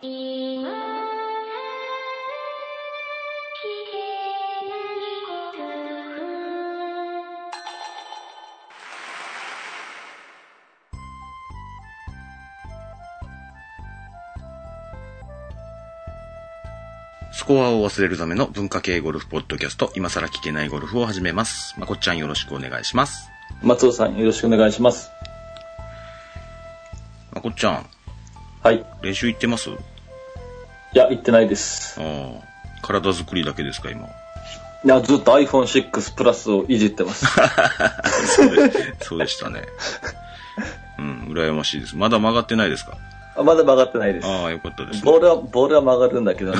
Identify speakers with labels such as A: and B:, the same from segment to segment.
A: 今は聞けないこと
B: スコアを忘れるための文化系ゴルフポッドキャスト、今更聞けないゴルフを始めます。まこっちゃんよろしくお願いします。
C: 松尾さんよろしくお願いします。
B: まこっちゃん、
C: はい。
B: 練習行ってますあ
C: いや、行ってないです。
B: あ、体作りだけですか、今。
C: いや、ずっと iPhone6 プラスをいじってます。
B: そうでそうでしたね。うん、羨ましいです。まだ曲がってないですか
C: あまだ曲がってないです。
B: ああ、よかったです、ね
C: ボ。ールは、ボールは曲がるんだけどね。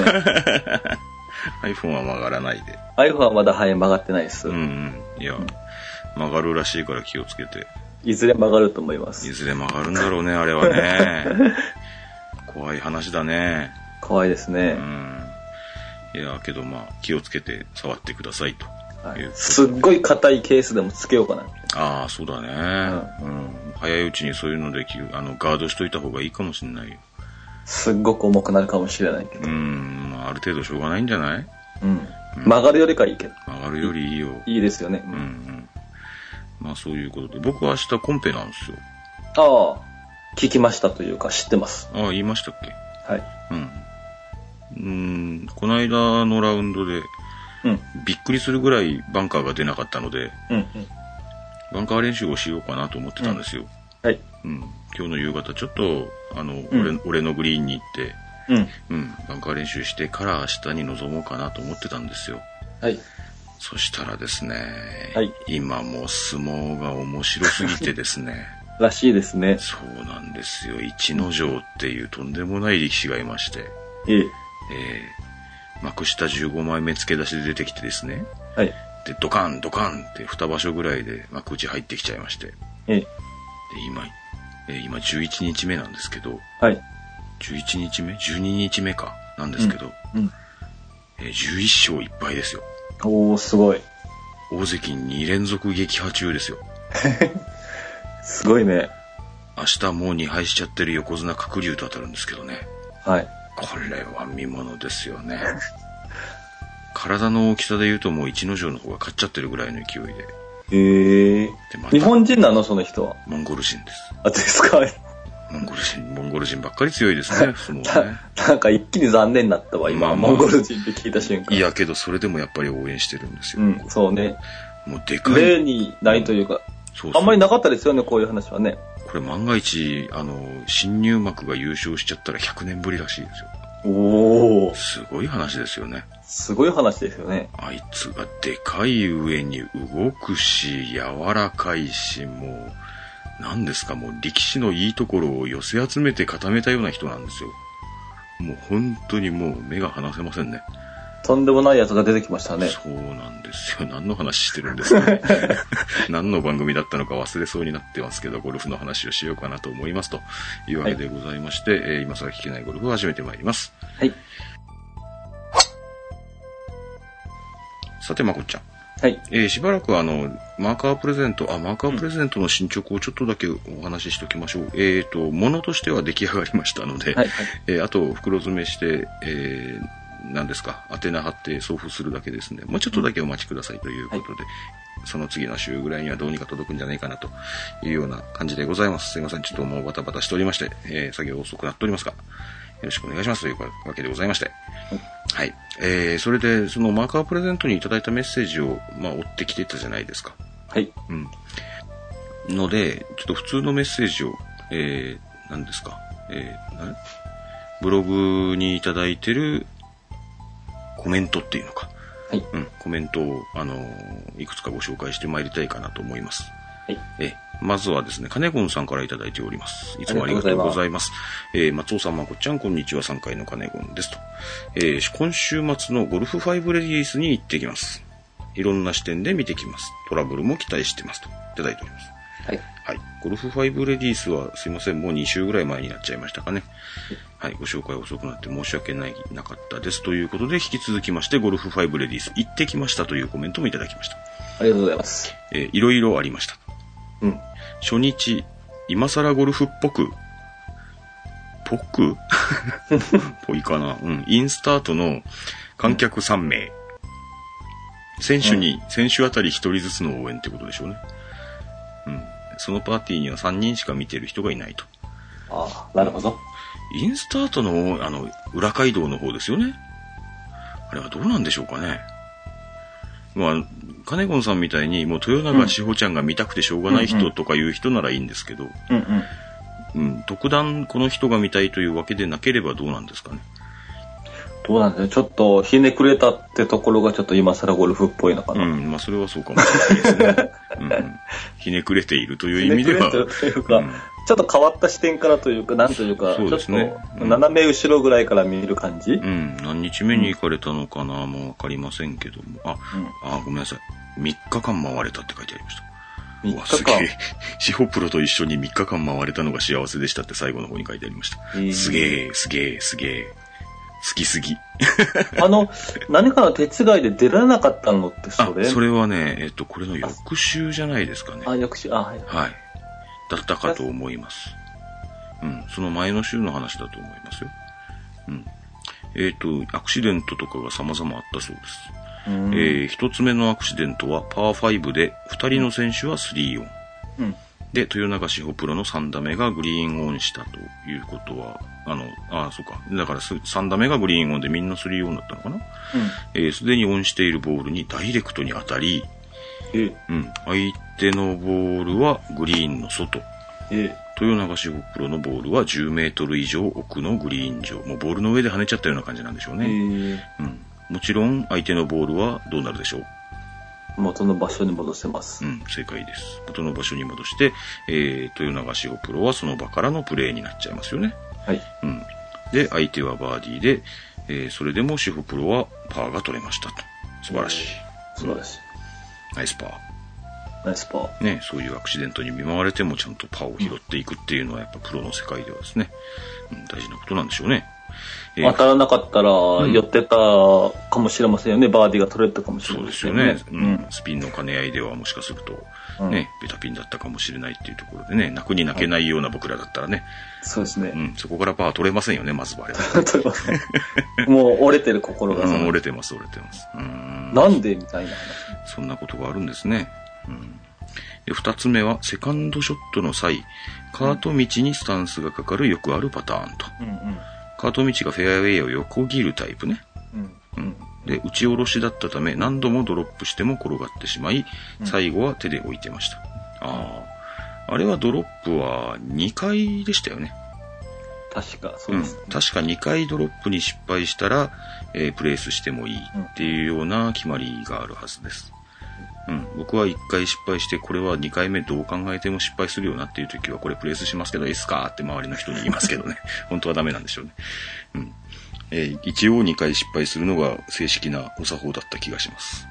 B: iPhone は曲がらないで。
C: iPhone はまだ、はい、曲がってないです
B: う。んうん。いや、曲がるらしいから気をつけて。
C: いずれ曲がると思いま
B: い
C: す。
B: ずれ曲がるんだろうね、あれはね。怖い話だね。
C: 怖いです
B: う
C: ね。
B: ん。いや、けどまあ、気をつけて触ってくださいと。
C: はいい、すっごい硬いケースでもつけようかな。
B: ああ、そうだね。うん。早いうちにそういうので、きあの、ガードしといた方がいいかもしんないよ。
C: すっごく重くなるかもしれないけど。
B: うん、まあ、ある程度しょうがないんじゃない
C: うん。曲がるよりかはいいけど。
B: 曲がるよりいいよ。
C: いいですよね。
B: うんうん。まあそういうことで、僕は明日コンペなんですよ。
C: ああ、聞きましたというか知ってます。
B: ああ、言いましたっけ
C: はい。
B: うん。うん、この間のラウンドで、
C: うん。
B: びっくりするぐらいバンカーが出なかったので、
C: うん。うん。
B: バンカー練習をしようかなと思ってたんですよ。
C: はい。
B: うん。今日の夕方、ちょっと、あの、
C: ん
B: 俺俺のグリーンに行って、
C: うん。
B: うん、バンカー練習してから明日に臨もうかなと思ってたんですよ。
C: はい。
B: そしたらですね、
C: はい
B: 今もう相撲が面白すぎてです ね、
C: らしいですね。
B: そうなんですよ。一之丞っていうとんでもない力士がいまして、
C: ええ。
B: えー、幕下15枚目付け出しで出てきてですね、
C: はい。
B: で、ドカンドカンって2場所ぐらいで幕内入ってきちゃいまして、で、
C: ええ。
B: 今、えー今11日目なんですけど、
C: はい。
B: 11日目 ?12 日目か、なんですけど、
C: うん。
B: えー11勝1敗ですよ。
C: おー、すごい。
B: 大関2連続撃破中ですよ。
C: すごいね。
B: 明日もう2敗しちゃってる横綱鶴竜と当たるんですけどね。
C: はい。
B: これは見物ですよ ね。体の大きさで言うともう一之丞の方が勝っちゃってるぐらいの勢いで。
C: へえ。
B: で、また
C: 日本人なのその人は。
B: モンゴル人です。
C: あ、ですか
B: モンゴル人、モンゴル人ばっかり強いです ね、相撲ね。
C: なんか一気に残念になったわ、今。
B: まあまあ
C: モンゴル人って聞いた瞬間。
B: い。やけどそれでもやっぱり応援してるんです
C: う
B: よ。
C: ん、そうね。
B: もうでかい。
C: 例にないというか、
B: そうそう
C: あんまりなかったですよね、こういう話はね。
B: これ万が一、あの、新入幕が優勝しちゃったら100年ぶりらしいですよ。
C: おお。
B: すごい話ですよね。
C: すごい話ですよね。
B: あいつがでかい上に動くし、柔らかいし、もう、何ですか、もう力士のいいところを寄せ集めて固めたような人なんですよ。もう本当にもう目が離せませんね。
C: とんでもないやつが出てきましたね。
B: そうなんですよ。何の話してるんですか ね。何の番組だったのか忘れそうになってますけど、ゴルフの話をしようかなと思いますというわけでございまして、えー今更聞けないゴルフを始めてまいります。
C: はい。
B: さて、まこっちゃん。
C: はい。
B: えーしばらくあの、マーカープレゼント、あ、マーカープレゼントの進捗をちょっとだけお話ししておきましょう。えっ、と、ものとしては出来上がりましたので、
C: はい。はい。
B: えーあと、袋詰めして、えー、何ですか、宛名貼って送付するだけですね。もうちょっとだけお待ちくださいということで、その次の週ぐらいにはどうにか届くんじゃないかなというような感じでございます。すいません。ちょっともうバタバタしておりまして、えー作業遅くなっておりますが、よろしくお願いしますというわけでございまして。はい。えー、それで、そのマーカープレゼントにいただいたメッセージを、まあ、追ってきてたじゃないですか。
C: はい。
B: うん。ので、ちょっと普通のメッセージを、えー、何ですか、えー、なブログにいただいてるコメントっていうのか。
C: はい。
B: うん、コメントを、あのーいくつかご紹介してまいりたいかなと思います。
C: はい。
B: えーまずはですね、金ンさんからいただいております。いつもありがとうございます。えー松尾さん、まこっちゃん、こんにちは、3回の金ンですと。えー今週末のゴルフ5レディースに行ってきます。いろんな視点で見てきます。トラブルも期待してますと。いただいております。
C: はい。
B: はい。ゴルフ5レディースは、すいません、もう2週ぐらい前になっちゃいましたかね。はい。ご紹介遅くなって申し訳ない、なかったです。ということで、引き続きまして、ゴルフ5レディース行ってきましたというコメントもいただきました。
C: ありがとうございます。
B: えーいろいろありました。
C: うん。
B: 初日、今更ゴルフっぽく、ぽく ぽいかな。うん。インスタートの観客3名。選手に、選手あたり1人ずつの応援ってことでしょうね。うん。そのパーティーには3人しか見てる人がいないと。
C: ああ、なるほど。
B: インスタートの、あの、裏街道の方ですよね。あれはどうなんでしょうかね。まあ、カネゴンさんみたいに、もう豊永志保ちゃんが見たくてしょうがない人とかいう人ならいいんですけど、
C: うんうん。
B: うん、特段この人が見たいというわけでなければどうなんですかね。
C: どうなんだろうちょっと、ひねくれたってところがちょっと今更ゴルフっぽいのか
B: う
C: な。
B: ん、まあそれはそうかもしれないで すね。うんうん、ひねくれているという意味では、
C: というか、
B: うん
C: ちょっと変わった視点からというか、なんというか、
B: そうですね
C: ちょっ
B: う
C: と
B: ん
C: 斜め後ろぐらいから見る感じ、
B: うん、何日目に行かれたのかな、もうわかりませんけども。あ、あ、ごめんなさい。3日間回れたって書いてありました。
C: 3
B: うわ
C: 日
B: すげ
C: 間
B: え。 シホプロと一緒に3日間回れたのが幸せでしたって最後の方に書いてありました。
C: えー
B: すげえ、すげえ、すげえ。好きすぎ。
C: あの、何かの手違いで出られなかったのって、
B: あ
C: そ、れ
B: それはね、えっと、これの翌週じゃないですかね。
C: あ、よくし、あ、はい。
B: はい。だったかと思います。うん。その前の週の話だと思いますよ。うん。えっ、と、アクシデントとかが様々あったそうです。
C: うん
B: えー一つ目のアクシデントはパー5で、二人の選手は3オン。
C: うん
B: で、豊中志保プロの3打目がグリーンオンしたということは、あの、あ、そうか。だから3打目がグリーンオンでみんな3オンだったのかなえーすでにオンしているボールにダイレクトに当たり、
C: うん。え
B: うん、相手のボールはグリーンの外。
C: え
B: 豊永志保プロのボールは10メートル以上奥のグリーン上。もうボールの上で跳ねちゃったような感じなんでしょう
C: え
B: ね。うん。もちろん相手のボールはどうなるでしょう
C: 元の場所に戻せま
B: う
C: す。
B: ん、正解です。元の場所に戻して、えー、豊永志保プロはその場からのプレーになっちゃいますよね。
C: はい。
B: うん。で、相手はバーディーで、えー、それでも志保プロはパーが取れましたと。素晴らし
C: 素晴らしい。
B: い。ナイスパー。
C: ナイスパー。
B: ね、そういうアクシデントに見舞われてもちゃんとパーを拾っていくっていうのはやっぱプロの世界ではですね、うん、大事なことなんでしょうね。えー
C: 当たらなかったら、寄ってたかもしれませんよね。バーディーが取れたかもしれ
B: そう
C: ま
B: です
C: せ
B: よ
C: んよね。
B: ね、うん。スピンの兼ね合いではもしかすると、
C: うん
B: ね、ベタピンだったかもしれないっていうところでね、泣くに泣けないような僕らだったらね、
C: そうです
B: う
C: ね。
B: ん、そこからパー取れませんよね、まずは。
C: 取れません もう折れてる心が、
B: うん、折れてます、折れてます。うん。
C: なんでみたいな話。
B: そんなことがあるんですね。うん。で、二つ目は、セカンドショットの際、カート道にスタンスがかかるよくあるパターンと。
C: うんうん。
B: カート道がフェアウェイを横切るタイプね。
C: うん
B: うん。で、打ち下ろしだったため、何度もドロップしても転がってしまい、最後は手で置いてました。ああ。あれはドロップは2回でしたよね。、
C: 確か、そううんです、ね
B: 確か2回ドロップに失敗したら、えープレースしてもいいっていうような決まりがあるはずです。うん、僕は1回失敗して、これは2回目どう考えても失敗するよなっていう時は、これプレースしますけど、いいっすかって周りの人に言いますけどね。 本当はダメなんでしょうね。うん。えー一応2回失敗するのが正式なお作法だった気がします。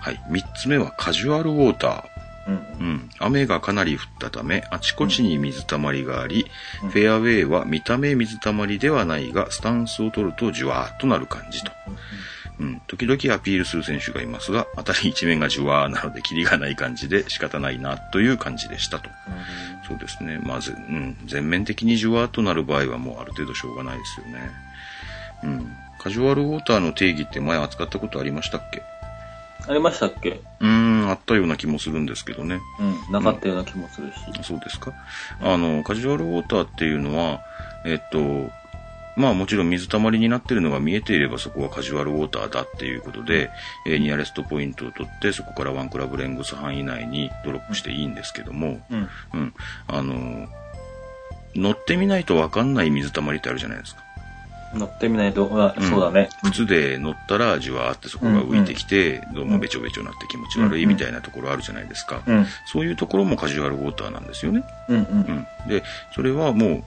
B: はい。3つ目はカジュアルウォーター。
C: うん
B: うん、雨がかなり降ったため、あちこちに水たまりがあり、
C: うん
B: フェアウェイは見た目水たまりではないが、スタンスを取るとじゅわーっとなる感じと。うん、時々アピールする選手がいますが、当たり一面がじゅわーなので、キリがない感じで仕方ないなという感じでしたと。そうですね。まあ、ぜうん、全面的にじゅわーっとなる場合はもうある程度しょうがないですよね。うん。カジュアルウォーターの定義って前扱ったことありましたっけ
C: ありましたっけ
B: うーん、あったような気もするんですけどね。
C: うん。なかったような気もするし。
B: そうですか。あの、カジュアルウォーターっていうのは、えっと、まあもちろん水たまりになってるのが見えていればそこはカジュアルウォーターだっていうことで、えーニアレストポイントを取ってそこからワンクラブ連合ス範囲内にドロップしていいんですけども、
C: うん。
B: うん。あの、乗ってみないとわかんない水たまりってあるじゃないですか。
C: 乗ってみないと、あ
B: うん
C: そうだね。
B: 靴で乗ったらじわーってそこが浮いてきて、どうもべちょべちょになって気持ち悪いみたいなところあるじゃないですか。
C: うん。
B: そういうところもカジュアルウォーターなんですよね。
C: うん
B: う、
C: うん
B: でそれはも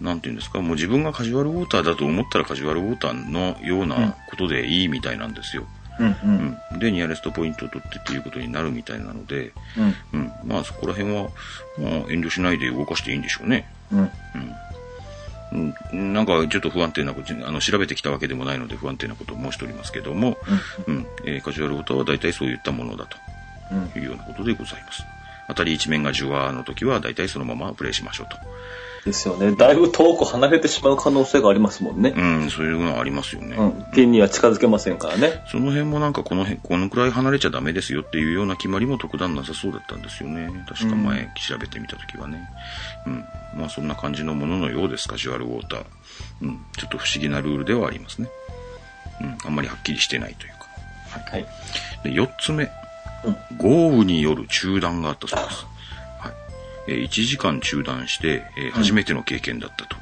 B: うなんていうんですかもう自分がカジュアルウォーターだと思ったらカジュアルウォーターのようなことでいいみたいなんですよ、
C: ん。うんう。
B: うんんでニアレストポイントを取ってっていうことになるみたいなので、
C: うん。
B: うん、まあそこら辺は、まあ、遠慮しないで動かしていいんでしょうね
C: うん。
B: うん、なんかちょっと不安定なことあの調べてきたわけでもないので不安定なことを申しておりますけども、うんえーカジュアルウォーターは大体そういったものだ
C: うん。
B: というようなことでございます当たり一面がジュワーの時は大体そのままプレイしましょうと
C: ですよね。だいぶ遠く離れてしまう可能性がありますもんね。
B: うん、そういうのはありますよね。
C: うん。ピンには近づけませんからね。
B: その辺もなんかこの辺、このくらい離れちゃダメですよっていうような決まりも特段なさそうだったんですよね。確か前調べてみたときはね。うん。まあそんな感じのもののようです、カジュアルウォーター。うん。ちょっと不思議なルールではありますね。うん。あんまりはっきりしてないというか。
C: はい。
B: で、4つ目
C: うん。
B: 豪雨による中断があったそうです。はい。えー1時間中断して、えー初めての経験だったと。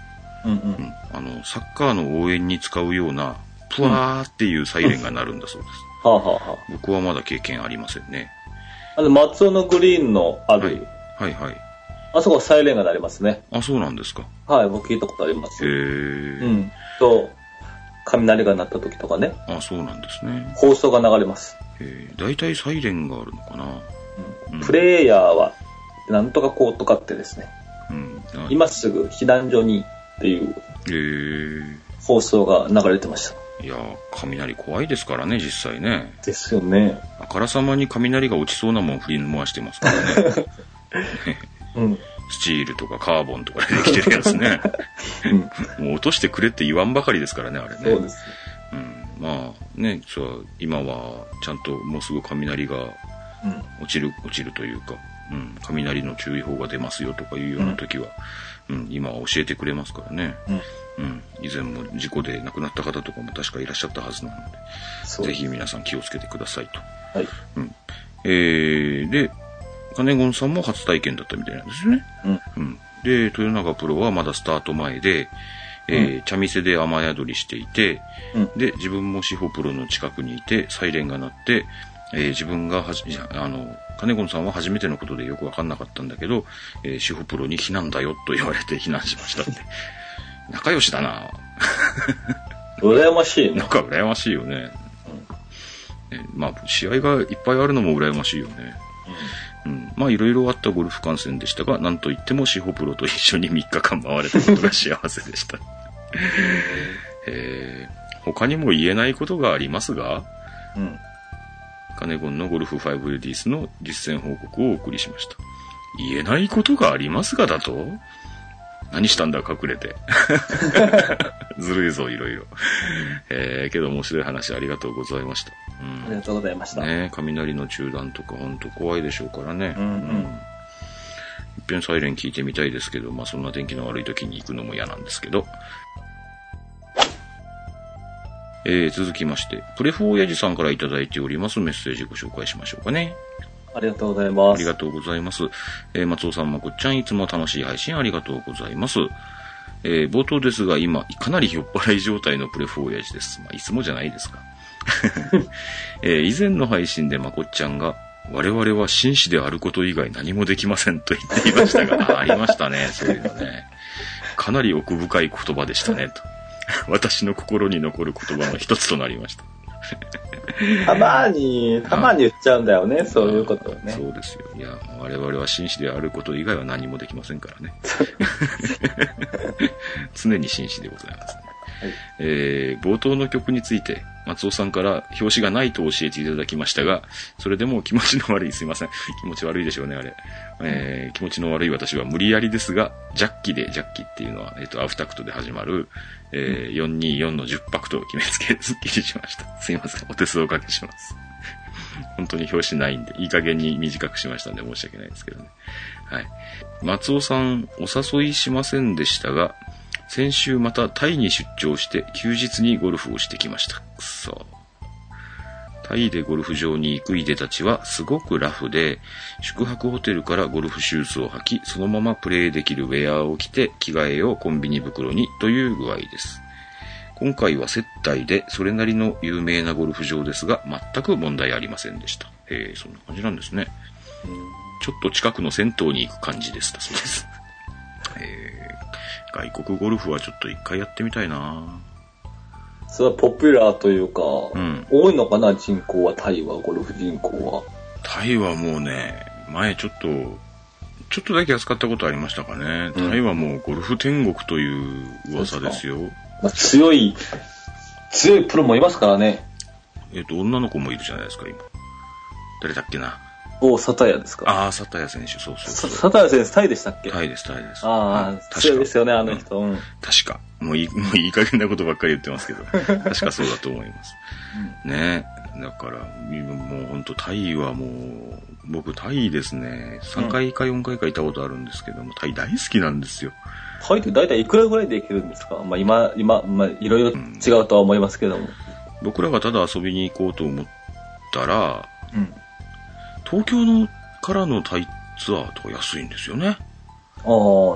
C: うんう。
B: うんん。あの、サッカーの応援に使うような、プワーっていうサイレンが鳴るんだそうです。
C: はあはあは
B: 僕はまだ経験ありませんね。
C: あ。あの、松尾のグリーンのあ
B: はい
C: る、。
B: はいはい。
C: あそこはサイレンが鳴りますね。
B: あ、そうなんですか。
C: はい、僕聞いたことありま
B: へ
C: す。う
B: え。
C: ん。と、雷が鳴った時とかね、
B: あ、そうなんですね。
C: 放送が流れます。
B: えー、大体サイレンがあるのかな。うん
C: プレイヤーは、なんとかこうとかってですね、
B: うん。あ
C: 今すぐ避難所にっていう
B: えー。
C: 放送が流れてました。
B: いやー、雷怖いですからね、実際ね。
C: ですよね。
B: あからさまに雷が落ちそうなもん振り回してます からね。
C: うん。
B: スチールとかカーボンとかでできてるやつね。
C: うん
B: もう落としてくれって言わんばかりですからね、あれね。
C: そうです。
B: うん。まあ、ね、そう、今は、ちゃんともうすぐ雷が
C: うん。
B: 落ちる、落ちるというか、うん、雷の注意報が出ますよとかいうような時は、うん、今は教えてくれますからね。うん、以前も事故で亡くなった方とかも確かいらっしゃったはずなの
C: そう
B: で、
C: で
B: ぜ
C: す
B: ひ皆さん気をつけてくださいと。
C: はい。
B: えー、で、金ゴンさんも初体験だったみたいなんですよね。
C: うん。
B: うん。で、豊永プロはまだスタート前で、えー茶店で雨宿りしていて、
C: うん
B: で、自分も志保プロの近くにいて、サイレンが鳴って、えー自分がはじ、いやあの、金子さんは初めてのことでよくわかんなかったんだけど、えー、志保プロに避難だよと言われて避難しましたって。仲良しだな
C: 羨ましい
B: なん
C: な。
B: か羨ましいよね。ねまあ、試合がいっぱいあるのも羨ましいよね。うん、まあいろいろあったゴルフ観戦でしたが、なんといってもシホプロと一緒に3日間回れたことが幸せで した。えー他にも言えないことがありますが、
C: うん。うん。
B: カネゴンのゴルフ5レディースの実践報告をお送りしました。言えないことがありますがだと何したんだ、隠れて。 ずるいぞ、いろいろ。えーけど面白い話ありがとうございました。うん
C: ありがとうございました。
B: ね、雷の中断とか本当怖いでしょうからね。
C: うんうん
B: いっぺんサイレン聞いてみたいですけど、まあそんな天気の悪い時に行くのも嫌なんですけど。えー、続きまして、プレフォーヤジさんからいただいておりますメッセージご紹介しましょうかね。
C: ありがとうございます。
B: ありがとうございます。えー松尾さん、まこっちゃん、いつも楽しい配信ありがとうございます。えー冒頭ですが、今、かなり酔っ払い状態のプレフォーヤジです。まあ、いつもじゃないですか。 えー以前の配信でまこっちゃんが、我々は紳士であること以外何もできませんと言っていました が、あありましたね、そういうのね。かなり奥深い言葉でしたね、と。 私の心に残る言葉の一つとなりました。
C: たまに、たまに言っちゃうんだよね、そういうことをね
B: そ。うですよ。いや、我々は紳士であること以外は何もできません からね。常に紳士でございます、ね
C: はい
B: えー冒頭の曲について、松尾さんから表紙がないと教えていただきましたが、それでも気持ちの悪い、すいません。気持ち悪いでしょうね、あれ。えー気持ちの悪い私は無理やりですが、ジャッキで、ジャッキっていうのは、えっ、と、アフタクトで始まる、えー424の10拍と決めつけ、すっきりしました。すいません。お手数をおかけします。本当に表紙ないんで、いい加減に短くしましたんで申し訳ないですけどね。はい。松尾さん、お誘いしませんでしたが、先週またタイに出張して、休日にゴルフをしてきました。くそ。タイでゴルフ場に行くいでたちはすごくラフで、宿泊ホテルからゴルフシューズを履き、そのままプレイできるウェアを着て、着替えをコンビニ袋にという具合です。今回は接待で、それなりの有名なゴルフ場ですが、全く問題ありませんでした。へえ、そんな感じなんですね。ちょっと近くの銭湯に行く感じでした、そうです。へえ、外国ゴルフはちょっと一回やってみたいな
C: それはポピュラーというか、
B: ん
C: 多いのかな、人口は、タイは、ゴルフ人口は。
B: タイはもうね、前ちょっと、ちょっとだけ扱ったことありましたかね。
C: うん
B: タイはもうゴルフ天国という噂ですよ。
C: まあ、強い、強いプロもいますからね。
B: えっと、女の子もいるじゃないですか、今。誰だっけな。
C: お、サタヤですか。
B: ああ、佐谷選手、そうそう
C: さ
B: そう。
C: サタヤ先生、タイでしたっけ
B: タイです、タイです。
C: あ
B: うん
C: あ、強いですよね、あの。
B: うん
C: 人。うん。
B: 確か。もういい、もういい加減なことばっかり言ってますけ ど、確かそうだと思います。ねだから、もう本当タイはもう、僕タイですね、3回か4回か行ったことあるんですけども、タイ大好きなんですよ。
C: タイって大体いくらぐらいでいけるんですかまあ今、今、まあいろいろ違うとは思いますけども。
B: 僕らがただ遊びに行こうと思ったら、
C: うん。
B: 東京のからのタイツアーとか安いんですよね。
C: ああ、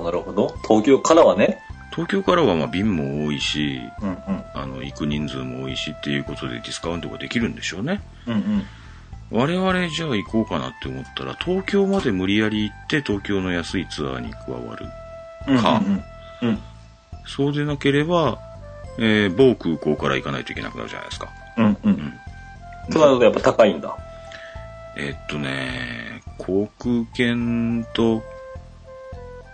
C: なるほど。東京からはね。
B: 東京からはまあ便も多いし、
C: うんうん。
B: あの、行く人数も多いしっていうことでディスカウントができるんでしょうね。
C: うんうん。
B: 我々じゃあ行こうかなって思ったら、東京まで無理やり行って東京の安いツアーに加わる。
C: うんうん
B: か
C: うん。うん
B: そうでなければ、えー某空港から行かないといけなくなるじゃないですか。
C: うんうん。となるとやっぱ高いんだ。
B: えーっとね、航空券と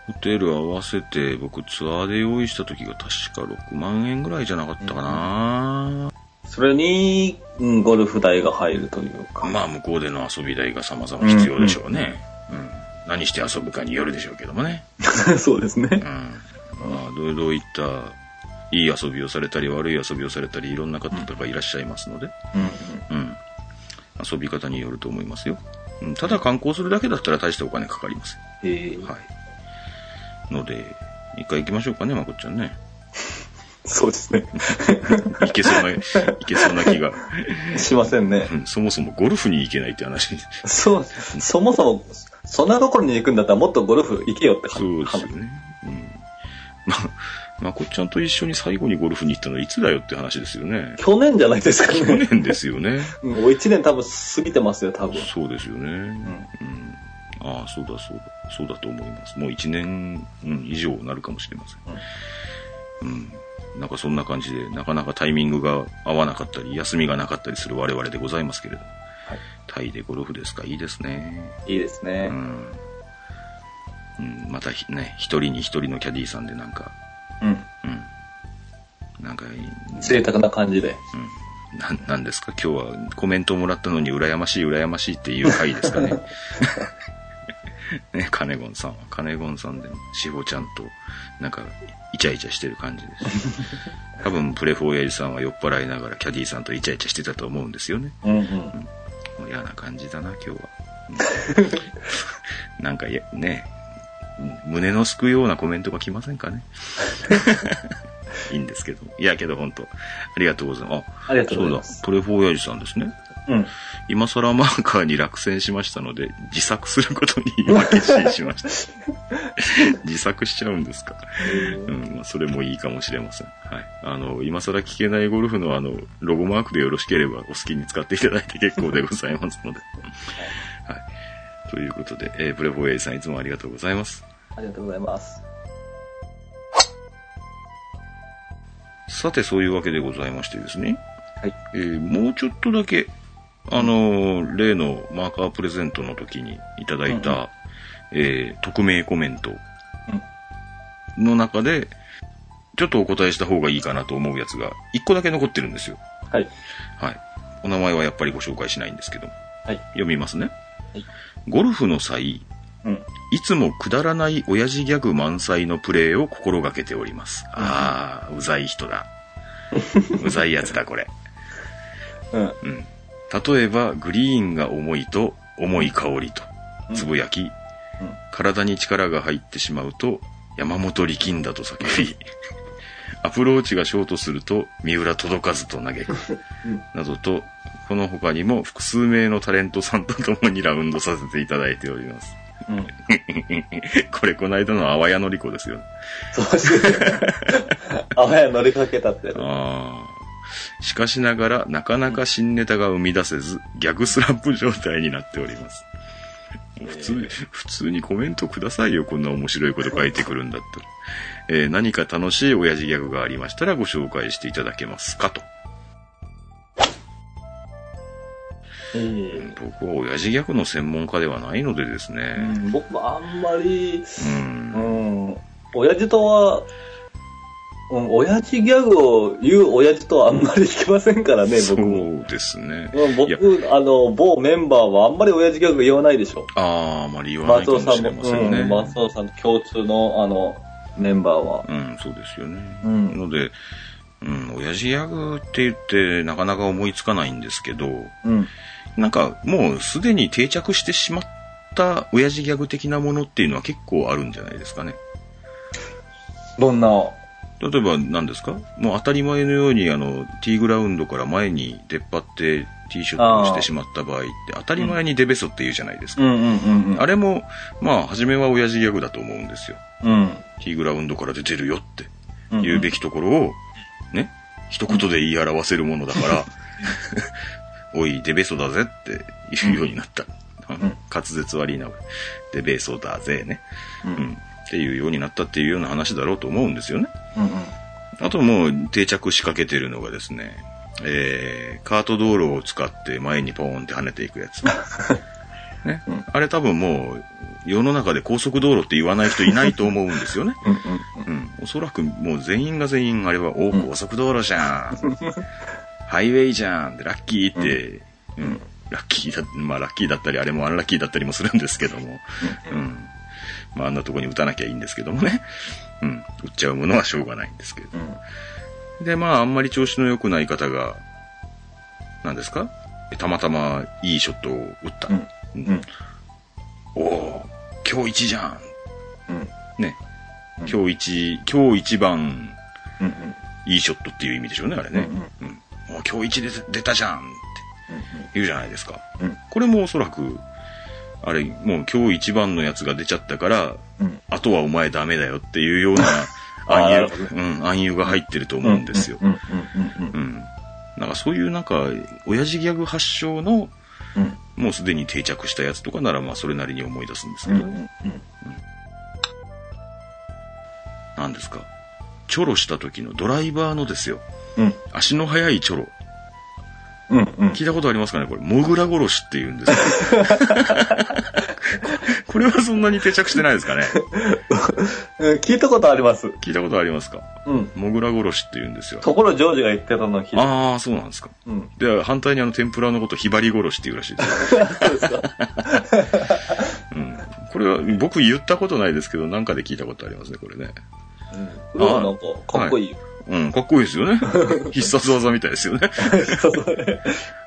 B: ホテル合わせて僕ツアーで用意した時が確か6万円ぐらいじゃなかったかな、
C: それに、うん、ゴルフ代が入るというか。
B: まあ向こうでの遊び代が様々必要でしょうね。うん何して遊ぶかによるでしょうけどもね。
C: そうです
B: う
C: ね。
B: んまあ、どうどういった、いい遊びをされたり、悪い遊びをされたり、いろんな方がいらっしゃいますので、
C: うんうん。
B: うん。遊び方によると思いますよ。うん、ただ観光するだけだったら大してお金かかりません。
C: ええ
B: はい。ので、一回行きましょうかね、まこっちゃんね。
C: そうですね。
B: 行けそうな、行けそうな気が。
C: しませんね
B: う。んそもそもゴルフに行けないって話。
C: そう、そもそも、そんなところに行くんだったらもっとゴルフ行けよって
B: そうですよ
C: 話
B: ね。うん。ま、まこっちゃんと一緒に最後にゴルフに行ったのはいつだよって話ですよね。
C: 去年じゃないですか
B: 去
C: ね。
B: 年ですよね。
C: うんもう1年多分過ぎてますよ、多分。
B: そうですよね。うん。ああ、そうだそうだ。そうだと思います。もう1年、うん、以上なるかもしれません。うん。なんかそんな感じで、なかなかタイミングが合わなかったり、休みがなかったりする我々でございますけれど。
C: い
B: タイでゴルフですか、いいですね。
C: いいですね
B: う。ん。うん、またひね、一人に一人のキャディーさんでなんか、
C: うん。
B: うん。なんかいい、
C: 贅沢な感じで。
B: うん。な、なんですか今日はコメントもらったのに羨ましい羨ましいっていう回ですかね。 ね、カネゴンさんは。カネゴンさんでも、しほちゃんと、なんか、イチャイチャしてる感じです。多分、プレフォーヤリさんは酔っ払いながら、キャディさんとイチャイチャしてたと思うんですよね。
C: うんうん。
B: もう嫌な感じだな、今日は。うん なんかや、ね、うん胸のすくようなコメントが来ませんか ね。いいんですけど。いや、けど本当ありがとうございます。あ
C: ありがとうご
B: そう
C: ざい
B: だ
C: ます。、
B: プレフォーヤジさんですね。
C: うん。
B: 今更マーカーに落選しましたので、自作することに今決心しました。自作しちゃうんですか。うん、まあそれもいいかもしれません。はい。あの、今更聞けないゴルフのあの、ロゴマークでよろしければお好きに使っていただいて結構でございますので。はい。ということで、えープレフォーエイさんいつもありがとうございます。
C: ありがとうございます。
B: さて、そういうわけでございましてですね。
C: はい。
B: えーもうちょっとだけ、あのー例のマーカープレゼントの時にいただいた、
C: うんう
B: えー匿名コメントの中で、ちょっとお答えした方がいいかなと思うやつが、1個だけ残ってるんですよ。
C: はい。
B: はい。お名前はやっぱりご紹介しないんですけど、
C: はい
B: 読みますね。
C: はい
B: ゴルフの際、
C: うん。
B: いつもくだらない親父ギャグ満載のプレーを心がけております。
C: うん
B: ああ、うざい人だ。うざいやつだ、こ れ。
C: うん。
B: うん。例えば、グリーンが重いと、重い香りと、
C: うん
B: つぶやき、体に力が入ってしまうと、山本力んだと叫 び、アプローチがショートすると、三浦届かずと嘆く
C: うん、
B: などと、この他にも複数名のタレントさんと共にラウンドさせていただいております。
C: うん。
B: これ、この間の淡谷のり子ですよね。
C: そう ですね。あわや乗りかけたって。
B: ああ。しかしながら、なかなか新ネタが生み出せず、ギャグスラップ状態になっております。普通に、普通にコメントくださいよ、こんな面白いこと書いてくるんだったら。えー何か楽しい親父ギャグがありましたらご紹介していただけますかと。
C: ええ
B: 僕は親父ギャグの専門家ではないのでです
C: う
B: ね。
C: ん僕もあんまり、
B: う。
C: うんん。親父とは、うん親父ギャグを言う親父とはあんまり聞けませんからね、
B: そ
C: 僕も。
B: うですね。
C: うん
B: いや
C: 僕、あの、某メンバーはあんまり親父ギャグ言わないでしょ。
B: ああ、あまり言わない
C: 松
B: か
C: 尾
B: も
C: さ
B: し
C: ん
B: れ
C: も、
B: ませんね。
C: うん、松尾さんの共通の、あの、メンバーは。
B: うん、そうですよね。
C: うん
B: ので、うん、親父ギャグって言ってなかなか思いつかないんですけど、
C: うん。
B: なんかもうすでに定着してしまった親父ギャグ的なものっていうのは結構あるんじゃないですかね。
C: どんな、
B: 例えば何ですかもう当たり前のようにあの T グラウンドから前に出っ張って T ショットをしてしまった場合って当たり前にデベソって言うじゃないですか。
C: んうんうん
B: あ
C: れ
B: れも、まあ、初めは親父ギャグだと思うんですよ。
C: うん。
B: T グラウンドから出てるよって
C: うん
B: 言うべきところを、ね、一言で言い表せるものだから、 おい、デベソだぜって言うようになった。
C: ん
B: 滑舌悪いな、デベソだぜね。
C: うん
B: うん。っていうようになったっていうような話だろうと思うんですよね。
C: うんうん。
B: あともう定着しかけてるのがですね、えー、カート道路を使って前にポーンって跳ねていく やつ。ね
C: うん。
B: あれ多分もう、世の中で高速道路って言わない人いないと思うんですよね。
C: うん
B: うん。おそらくもう全員が全員あれは、おー高速道路じ ゃん。ハイウェイじゃんって、ラッキーって、うん、ラッキーだ、まあラッキーだったり、あれもアンラッキーだったりもするんですけども、うん。まああんなとこに打たなきゃいいんですけどもね。うん。打っちゃうものはしょうがないんですけど。
C: うん。
B: で、まあ、あんまり調子の良くない方が、何ですかたまたまいいショットを打った。
C: うんうん
B: おお今日一じゃ
C: うん。
B: んね。
C: うん
B: 今日一、今日一番
C: うん
B: いいショットっていう意味でしょうね、あれね。うんお今日一で出たじゃんって言うじゃないですか。
C: うん
B: これもおそらく、あれ、もう今日一番のやつが出ちゃったから、
C: うん
B: あとはお前ダメだよっていう ような暗
C: な
B: 誘
C: るほど、
B: うん、暗誘が入ってると思うんですよ。
C: うんうんうん
B: うん。なんかそういうなんか、親父ギャグ発祥の、
C: うん
B: もうすでに定着したやつとかなら、まあそれなりに思い出すんです
C: う
B: け
C: ん
B: ど、
C: うんうん
B: なんですか。チョロした時のドライバーのですよ。
C: うん
B: 足の速いチョロ。
C: うんうん
B: 聞いたことありますかねこれ、モグラ殺しって言うんですよ。 これはそんなに定着してないですかね
C: うん聞いたことあります。
B: 聞いたことありますか
C: うん。
B: モグラ殺しって言うんですよ。
C: ところジョージが言ってたのを聞いた。
B: ああ、そうなんですか。
C: うん。
B: で、反対にあの天ぷらのこと、ひばり殺しって言うらしいですよ。
C: そうですか。
B: うん。これは僕言ったことないですけど、なんかで聞いたことありますね、これね。
C: うん。はなんか、かっこいいよ。
B: うん、かっこいいですよね。必殺技みたいですよ ね。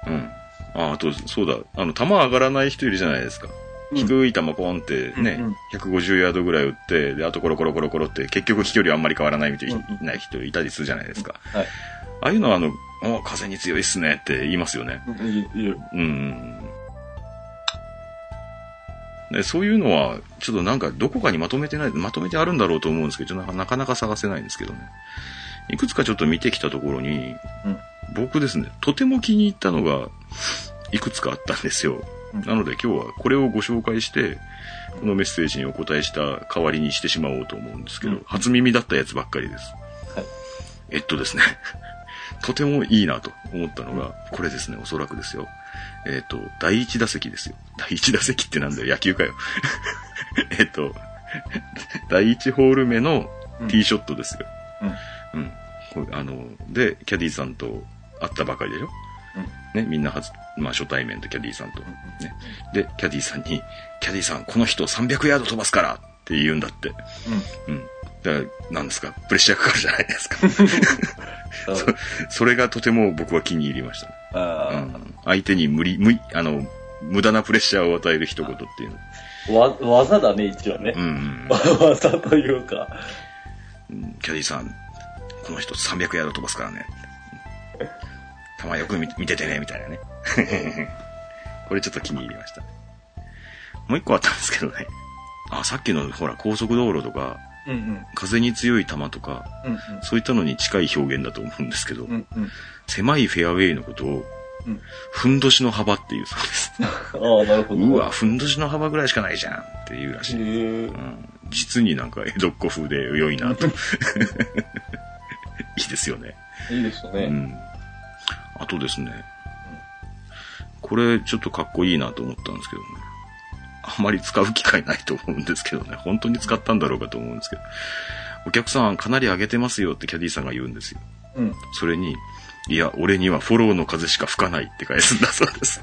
B: うん。あ、あと、そうだ、あの、球上がらない人いるじゃないですか。
C: うん
B: 低い球コンってね、
C: うんうん
B: 150ヤードぐらい打って、で、あとコロコロコロコロって、結局飛距離あんまり変わらないみたい
C: うん
B: ない人いたりするじゃないですか。
C: はい。
B: ああいうのは、あの、お風に強いっすねって言いますよね。
C: いいいよ。
B: うん。ね、そういうのは、ちょっとなんかどこかにまとめてない、まとめてあるんだろうと思うんですけど、なんかなかなか探せないんですけどね。いくつかちょっと見てきたところに、
C: うん
B: 僕ですね、とても気に入ったのが、いくつかあったんですよ。
C: うん
B: なので今日はこれをご紹介して、このメッセージにお答えした代わりにしてしまおうと思うんですけど、
C: うん
B: 初耳だったやつばっかりです。
C: はい
B: えっとですね、 とてもいいなと思ったのが、これですね、おそらくですよ。えっ、と、第一打席ですよ。第一打席ってなんだよ、野球かよ。 えっと、第一ホール目の
C: うん
B: T ショットですよ。うん。これあの、で、キャディーさんと会ったばかりでしょ。ね、みんな初、まあ初対面でキャディーさんと。ね。で、キャディーさんに、キャディーさん、この人300ヤード飛ばすからって言うんだって。うん。だから、なんですか、プレッシャーかかるじゃないです か。
C: うん。
B: そうそれがとても僕は気に入りました。う
C: あ
B: ん、相手に無理、無あの、無駄なプレッシャーを与える一言っていうの。
C: ーわ、技だね、一応ね
B: う。ん。
C: 技というか。
B: キャディーさん、この人300ヤード飛ばすからね。たまよく見見ててね、みたいなね。 これちょっと気に入りました。もう一個あったんですけどね。あ、さっきのほら、高速道路とか、
C: うんうん。
B: 風に強い球とか、
C: うん
B: そういったのに近い表現だと思うんですけど、
C: うん。うん
B: 狭いフェアウェイのことを、
C: うん
B: ふんどしの幅っていうそう です。
C: うん。ああ、なるほど。
B: うわ、ふんどしの幅ぐらいしかないじゃんっていうらしい。
C: へえ
B: うん実になんか江戸っ子風で良いなと。い いですよね。
C: いいですよ
B: う
C: ね。
B: ん。あとですね。これちょっとかっこいいなと思ったんですけどね。あんまり使う機会ないと思うんですけどね。本当に使ったんだろうかと思うんですけど。お客さんかなり上げてますよってキャディーさんが言うんですよ。
C: うん。
B: それに、いや、俺にはフォローの風しか吹かないって返すんだそうです。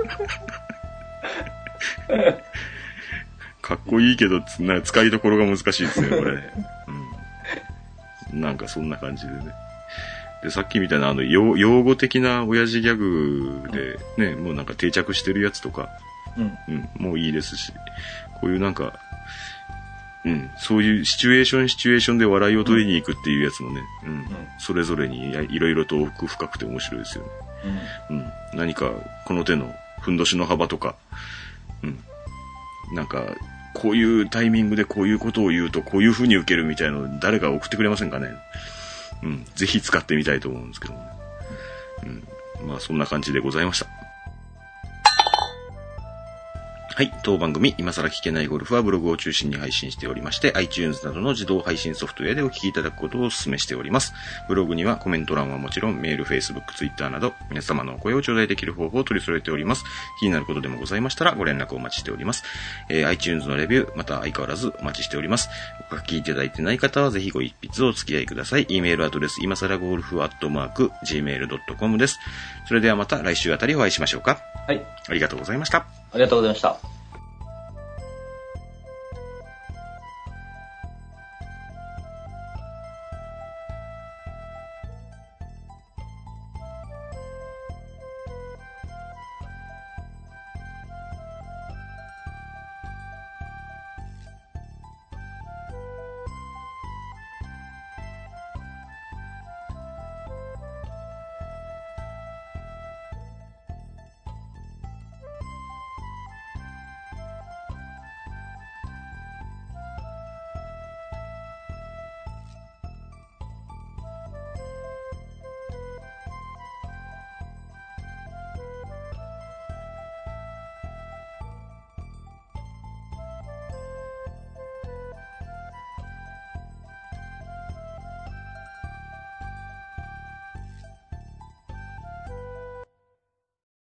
B: かっこいいけど、つな使いどころが難しいですね、これね。うん。なんかそんな感じでね。で、さっきみたいな、あの、用用語的な親父ギャグで、ね、もうなんか定着してるやつとか、
C: うん。
B: うん、もういいですし、こういうなんか、うん、そういうシチュエーションシチュエーションで笑いを取りに行くっていうやつもね、うん、それぞれにやいろいろと奥深くて面白いですよね。
C: うん。
B: うん、何かこの手のふんどしの幅とか、うん、なんかこういうタイミングでこういうことを言うとこういう風に受けるみたいなの誰か送ってくれませんかね。うん、ぜひ使ってみたいと思うんですけどもね。うん、まあそんな感じでございました。はい。当番組、今更聞けないゴルフはブログを中心に配信しておりまして、iTunes などの自動配信ソフトウェアでお聞きいただくことをお勧めしております。ブログにはコメント欄はもちろん、メール、Facebook、Twitter など、皆様のお声を頂戴できる方法を取り揃えております。気になることでもございましたら、ご連絡お待ちしております。えー iTunes のレビュー、また相変わらずお待ちしております。お書きいただいてない方は、ぜひご一筆お付き合いください。e メールアドレス、今更ゴルフアットマーク、gmail.com です。それではまた来週あたりお会いしましょうか。
C: はい。
B: ありがとうございました。
C: ありがとうございました。